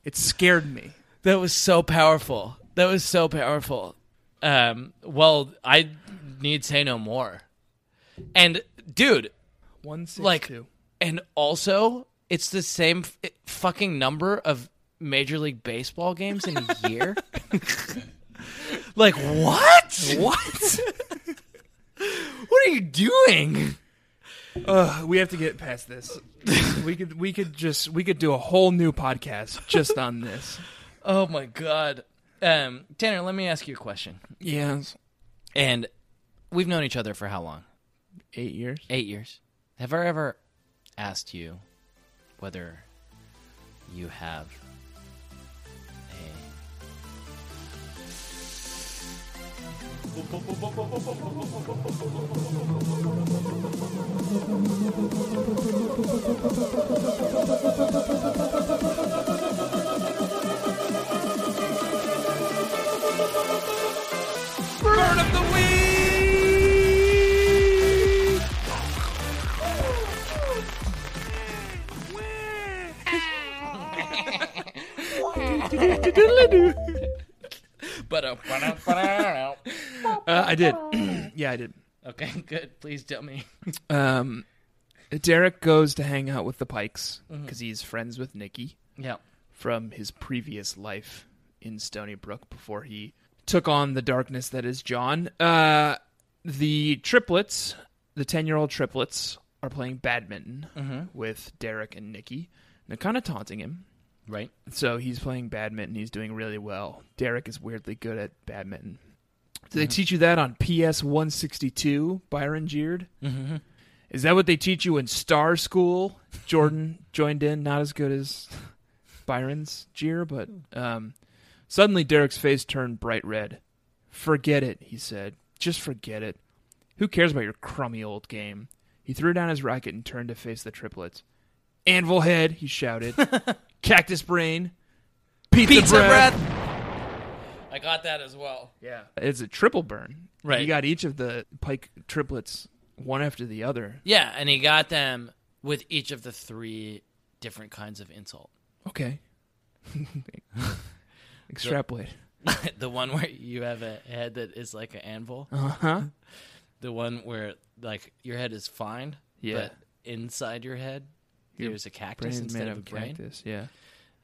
S1: It scared me.
S3: That was so powerful. That was so powerful.
S2: Um, well, I need say no more.
S3: And dude,
S1: One six
S3: like,
S1: two.
S3: and also it's the same f- fucking number of Major League Baseball games in a year. like what? What? what are you doing?
S1: Ugh, we have to get past this. we could we could just we could do a whole new podcast just on this.
S3: Oh my god.
S2: Um, Tanner, let me ask you a question.
S1: Yes.
S2: And we've known each other for how long?
S1: Eight years.
S2: Eight years. Have I ever asked you whether you have a
S1: Bird of the week.
S2: but a
S1: Uh, I did. yeah, I did.
S2: Okay, good. Please tell me.
S1: Um, Derek goes to hang out with the Pikes because he's friends with Nikki
S2: Yeah.
S1: from his previous life in Stony Brook before he took on the darkness that is John. Uh, the triplets, the 10 year old triplets, are playing badminton with Derek and Nikki. They're kind of taunting him.
S2: Right?
S1: So he's playing badminton. He's doing really well. Derek is weirdly good at badminton. Do they teach you that on PS 162, Byron jeered? Mm-hmm. Is that what they teach you in Star School? Jordan joined in, not as good as Byron's jeer, but um, suddenly Derek's face turned bright red. Forget it, he said. Just forget it. Who cares about your crummy old game? He threw down his racket and turned to face the triplets. Anvil head, he shouted. Cactus brain. Pizza, breath.
S2: I got that as well.
S1: Yeah. It's a triple burn.
S2: Right.
S1: You got each of the pike triplets one after the other.
S2: Yeah, and he got them with each of the three different kinds of insult.
S1: Okay. Extrapolate.
S2: the one where you have a head that is like an anvil.
S1: Uh
S2: Uh-huh.
S1: huh.
S2: The one where like your head is fine,
S1: Yeah.
S2: but inside your head
S1: Your
S2: there's a cactus
S1: Brain's
S2: instead
S1: made
S2: of
S1: of
S2: a brain.
S1: cactus. Yeah.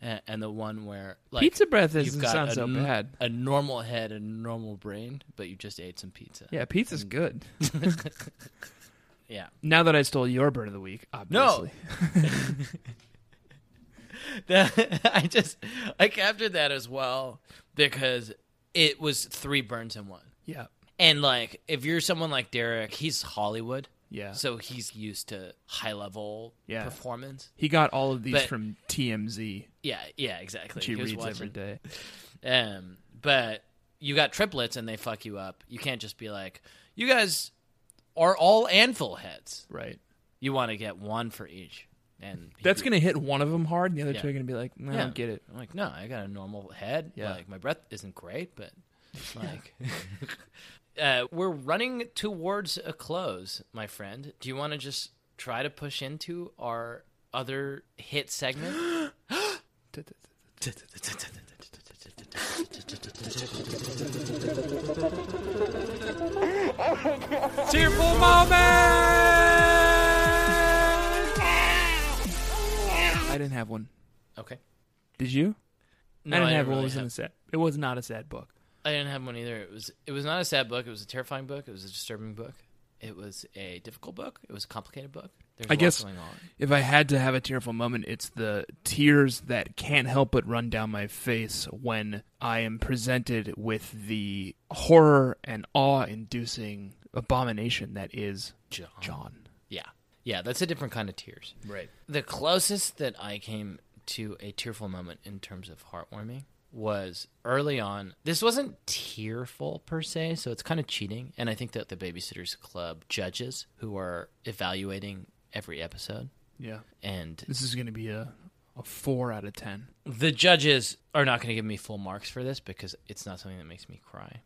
S2: A- And the one where like
S1: pizza breath
S2: you've
S1: doesn't
S2: got
S1: sound
S2: a,
S1: so
S2: n-
S1: bad.
S2: a normal head and normal brain, but you just ate some pizza.
S1: Yeah, pizza's
S2: Mm.
S1: good.
S2: Yeah.
S1: Now that I stole your bird of the week, obviously.
S2: No. That- I just I captured that as well because it was three burns in one.
S1: Yeah.
S2: And like if you're someone like Derek, he's Hollywood.
S1: Yeah.
S2: So he's used to high level
S1: Yeah.
S2: performance.
S1: He got all of these
S2: But-
S1: from TMZ.
S2: Yeah, yeah, exactly.
S1: She
S2: He was
S1: reads every
S2: watching-
S1: day.
S2: Um, but you got triplets and they fuck you up. You can't just be like, you guys are all anvil heads.
S1: Right.
S2: You want to get one for each. And he
S1: That's
S2: did.
S1: going to hit one of them hard, and the other
S2: Yeah.
S1: two are going to be like, no, I
S2: Yeah.
S1: don't get it.
S2: I'm like, no, I got a normal head.
S1: Yeah.
S2: Like my breath isn't great, but like uh, we're running towards a close, my friend. Do you want to just try to push into our other hit segment?
S1: Tearful moment! I didn't have one.
S2: okay.
S1: Did you?
S2: No,
S1: I didn't have
S2: really
S1: one. It was in a sad. It was not a sad book.
S2: I didn't have one either. It was it was not a sad book. It was a terrifying book. It was a disturbing book. It was a difficult book. It was a complicated book. There's
S1: I
S2: a
S1: guess-
S2: lot going on.
S1: If I had to have a tearful moment, it's the tears that can't help but run down my face when I am presented with the horror and awe-inducing abomination that is
S2: John.
S1: John.
S2: Yeah, yeah. That's a different kind of tears.
S1: Right.
S2: The closest that I came to a tearful moment in terms of heartwarming was early on. This wasn't tearful per se, so it's kind of cheating. And I think that the Babysitters Club judges who are evaluating every episode
S1: Yeah.
S2: and
S1: This is going to be a, a four out of ten.
S2: the judges are not going to give me full marks for this because it's not something that makes me cry.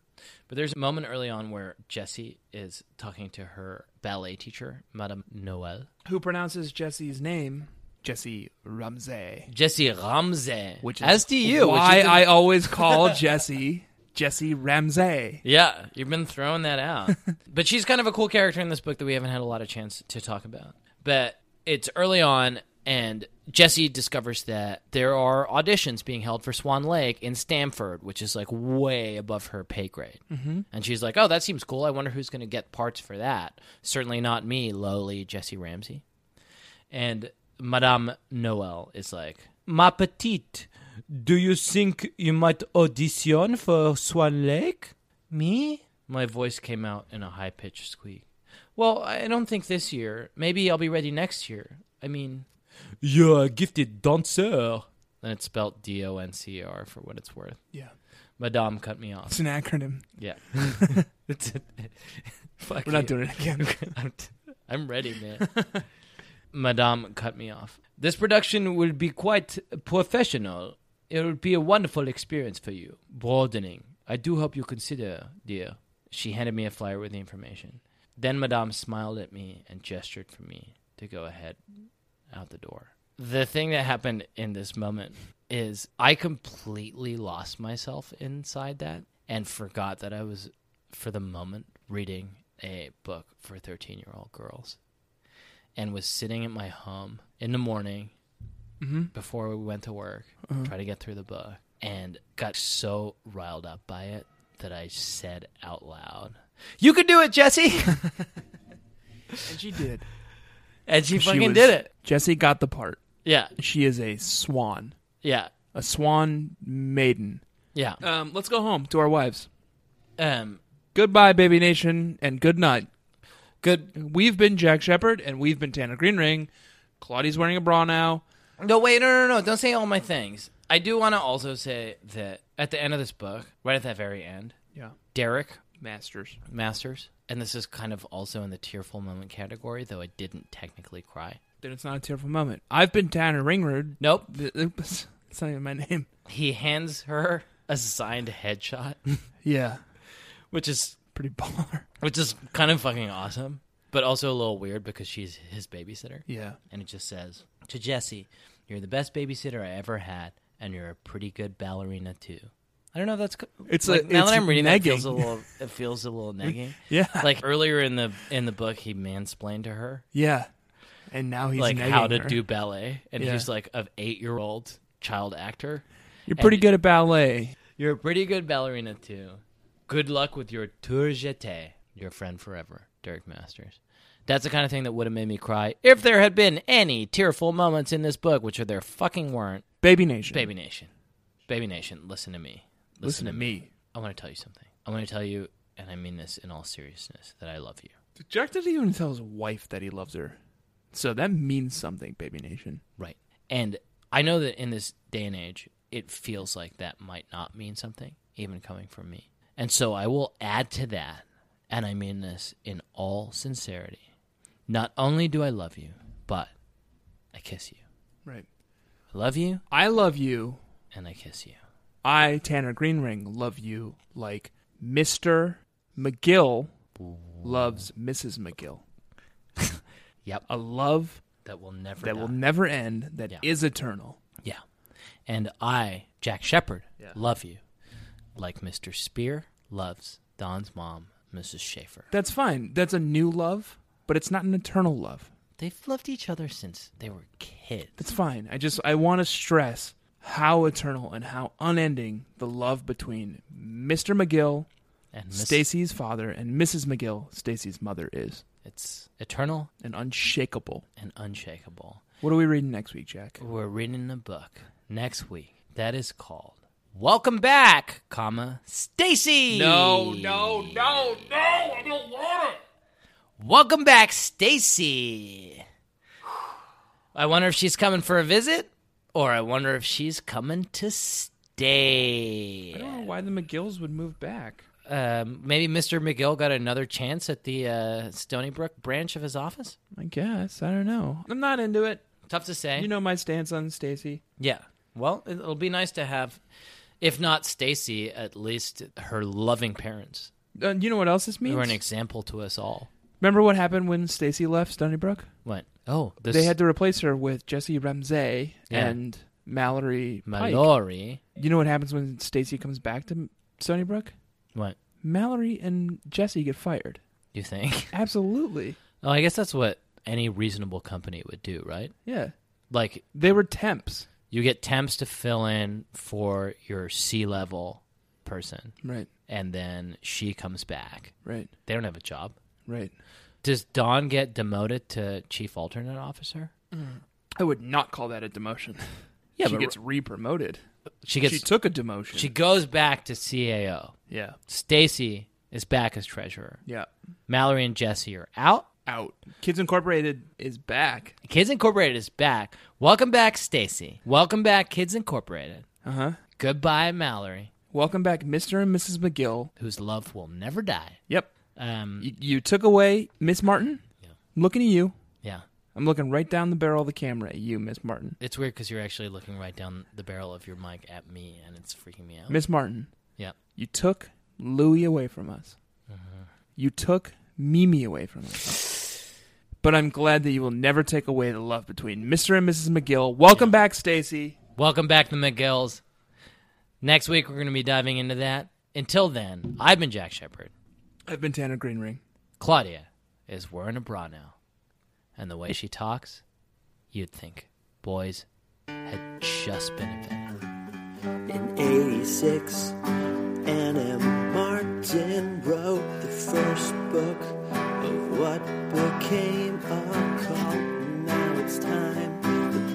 S2: But there's a moment early on where Jessie is talking to her ballet teacher, Madame Noel.
S1: Who pronounces Jesse's name? Jesse Ramsey,
S2: Jesse Ramsey.
S1: which is
S3: As do you, which
S1: why
S3: is the-
S1: I always call Jesse Jesse Ramsey.
S2: Yeah, you've been throwing that out. but she's kind of a cool character in this book that we haven't had a lot of chance to talk about. But it's early on, and Jesse discovers that there are auditions being held for Swan Lake in Stamford, which is like way above her pay grade. Mm-hmm. And she's like, oh, that seems cool. I wonder who's going to get parts for that. Certainly not me, lowly Jesse Ramsey. And Madame Noel is like, Ma petite, do you think you might audition for Swan Lake? Me? My voice came out in a high pitched squeak. Well, I don't think this year. Maybe I'll be ready next year. I mean, you're a gifted dancer. And it's spelled D O N C E R for what it's worth.
S1: Yeah,
S2: Madame cut me off.
S1: it's an acronym.
S2: Yeah. it's Fuck
S1: We're not
S2: you.
S1: doing it again.
S2: I'm, t- I'm ready, man. Madame cut me off. This production will be quite professional. It will be a wonderful experience for you. Broadening. I do hope you consider, dear. She handed me a flyer with the information. Then Madame smiled at me and gestured for me to go ahead out the door. The thing that happened in this moment is I completely lost myself inside that and forgot that I was, for the moment, reading a book for 13 year old girls and was sitting at my home in the morning before we went to work, try to get through the book, and got so riled up by it that I said out loud, You can do it, Jesse!
S1: And she did.
S2: and she fucking
S1: was-
S2: did it.
S1: Jesse got the part.
S2: Yeah,
S1: She is a swan,
S2: yeah,
S1: a swan maiden.
S2: yeah.
S1: Um, let's go home to our wives.
S2: Um,
S1: Goodbye, baby nation, and good night.
S2: good.
S1: We've been Jack Shepard, and we've been Tanner Green Ring. Claudia's wearing a bra now.
S2: No, wait, no, no, no. Don't say all my things. I do want to also say that at the end of this book, right at that very end,
S1: Yeah,
S2: Derek
S1: masters.
S2: Masters, and this is kind of also in the tearful moment category, though I didn't technically cry.
S1: Then it's not a tearful moment. I've been Tanner Ringrud.
S2: Nope.
S1: Th- th- It's it's not even my name.
S2: He hands her a signed headshot,
S1: Yeah,
S2: which is
S1: pretty baller.
S2: which is kind of fucking awesome, but also a little weird because she's his babysitter.
S1: Yeah,
S2: and it just says to Jesse, "You're the best babysitter I ever had, and you're a pretty good ballerina too." I don't know. If that's co-
S1: It's
S2: like,
S1: a-
S2: now
S1: it's
S2: that I'm reading that, it feels
S1: negging.
S2: a little it feels a little negging.
S1: yeah,
S2: Like earlier in the in the book, he mansplained to her
S1: yeah. And now he's
S2: like
S1: nagging
S2: how to
S1: her.
S2: do ballet, and
S1: Yeah.
S2: he's like an eight year old child actor.
S1: You're pretty
S2: and-
S1: good at ballet.
S2: You're a pretty good ballerina too. Good luck with your tour jeté, your friend forever, Derek Masters. That's the kind of thing that would have made me cry if there had been any tearful moments in this book, which are there fucking weren't.
S1: Baby Nation.
S2: Baby Nation. Baby Nation, listen to me.
S1: listen, to me.
S2: I want to tell you something. I want to tell you, and I mean this in all seriousness, that I love you.
S1: Jack doesn't even tell his wife that he loves her. So that means something, Baby Nation.
S2: Right. And I know that in this day and age, it feels like that might not mean something, even coming from me. And so I will add to that, and I mean this in all sincerity. Not only do I love you, but I kiss you.
S1: Right.
S2: I love you,
S1: I love you.
S2: and I kiss you.
S1: I, Tanner Greenring, love you like Mr. McGill loves Mrs. McGill.
S2: Yep.
S1: A love
S2: That will never
S1: that will
S2: die.
S1: never end, that is
S2: Yeah.
S1: eternal.
S2: Yeah. And I, Jack Shepard, love you. Like Mr. Spear loves Don's mom, Mrs. Schaefer.
S1: That's fine. That's a new love, but it's not an eternal love.
S2: They've loved each other since they were kids.
S1: That's fine. I just I want to stress how eternal and how unending the love between Mr. McGill,
S2: And Miss-
S1: Stacy's father, and Mrs. McGill, Stacy's mother is,
S2: it's eternal
S1: and unshakable.
S2: and unshakable.
S1: What are we reading next week, Jack?
S2: We're reading a book next week that is called Welcome Back, comma, Stacy.
S1: No, no, no, no.
S2: Welcome back, Stacy. I wonder if she's coming for a visit, or I wonder if she's coming to stay.
S1: I don't know Oh, why the McGills would move back.
S2: Um, maybe Mr. McGill got another chance at the uh, Stony Brook branch of his office.
S1: I guess. I don't know. I'm not into it.
S2: Tough to say.
S1: You know my stance on Stacy.
S2: Yeah. Well, it- it'll be nice to have, if not Stacy, at least her loving parents
S1: Uh, you know what else this
S2: who
S1: means?
S2: are an example to us all.
S1: Remember what happened when Stacy left Stony Brook?
S2: What? Oh, this,
S1: They had to replace her with Jesse Ramsey
S2: Yeah.
S1: and Mallory Pike.
S2: Mallory.
S1: You know what happens when Stacy comes back to Stony Brook?
S2: What
S1: Mallory and Jesse get fired.
S2: you think?
S1: Absolutely.
S2: Oh, I guess that's what any reasonable company would do, right?
S1: Yeah.
S2: Like
S1: They were temps.
S2: you get temps to fill in for your C level person,
S1: Right.
S2: and then she comes back.
S1: Right.
S2: They don't have a job.
S1: Right.
S2: Does Dawn get demoted to chief alternate officer?
S1: I would not call that a demotion.
S2: Yeah,
S1: she
S2: but-
S1: gets re-promoted.
S2: She gets
S1: she took a demotion.
S2: she goes back to CAO.
S1: yeah.
S2: Stacy is back as treasurer.
S1: Yeah.
S2: Mallory and Jesse are out.
S1: Out. Kids Incorporated is back.
S2: Kids Incorporated is back. Welcome back, Stacy. Welcome back, Kids Incorporated.
S1: Uh huh.
S2: Goodbye, Mallory,
S1: Welcome back, Mr. and Mrs. McGill.
S2: whose love will never die.
S1: Yep.
S2: Um,
S1: You, you took away Miss Martin.
S2: Yeah.
S1: I'm looking at you.
S2: yeah,
S1: I'm looking right down the barrel of the camera at you, Miss Martin.
S2: it's weird because you're actually looking right down the barrel of your mic at me, and it's freaking me out.
S1: Miss Martin,
S2: Oh. yeah, Uh-huh.
S1: you took Louie away from us. You took Mimi away from us. But I'm glad that you will never take away the love between Mr. and Mrs. McGill. Welcome back, Stacy.
S2: welcome back, the McGills. Next week we're going to be diving into that. Until then, I've been Jack Shepard.
S1: I've been Tanner Greenring.
S2: Claudia is wearing a bra now, and the way she talks, you'd think boys had just been invented.
S4: In 86, N.M. Martin wrote the first book of what became a cult. Now it's time,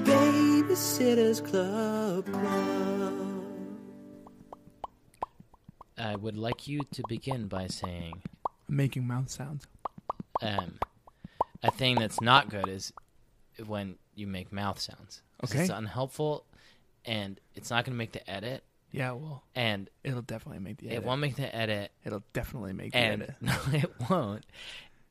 S4: the Babysitter's Club. Club.
S2: I would like you to begin by saying
S1: I'm making mouth sounds.
S2: um, a thing that's not good is when you make mouth sounds. 'Cause
S1: Okay.
S2: It's unhelpful and it's not going to make the edit
S1: Yeah, well,
S2: and
S1: it'll definitely make the edit.
S2: it won't make the edit
S1: It'll definitely make the
S2: and
S1: edit.
S2: no, it won't.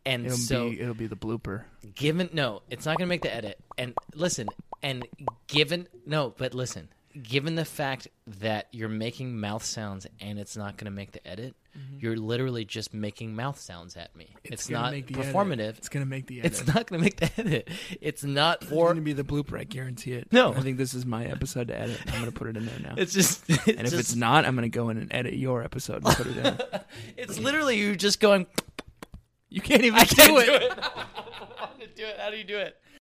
S2: And
S1: It'll
S2: so
S1: be it'll be the blooper.
S2: given no, it's not going to make the edit. And listen, and given no, but listen, given the fact that you're making mouth sounds and it's not going to make the edit, you're literally just making mouth sounds at me. It's,
S1: Mm-hmm. gonna
S2: not
S1: make the edit.
S2: performative.
S1: It's gonna make the edit.
S2: It's not going to make the edit. It's not
S1: It's
S2: for.
S1: gonna be the blooper. I guarantee it.
S2: No.
S1: I think this is my episode to edit. I'm gonna put it in there now.
S2: It's just. It's
S1: and if it's not, I'm gonna go in and edit your episode and put it in.
S2: it's literally you just going.
S1: you can't even
S2: I can't
S1: do it.
S2: How do you do it? How do you do it?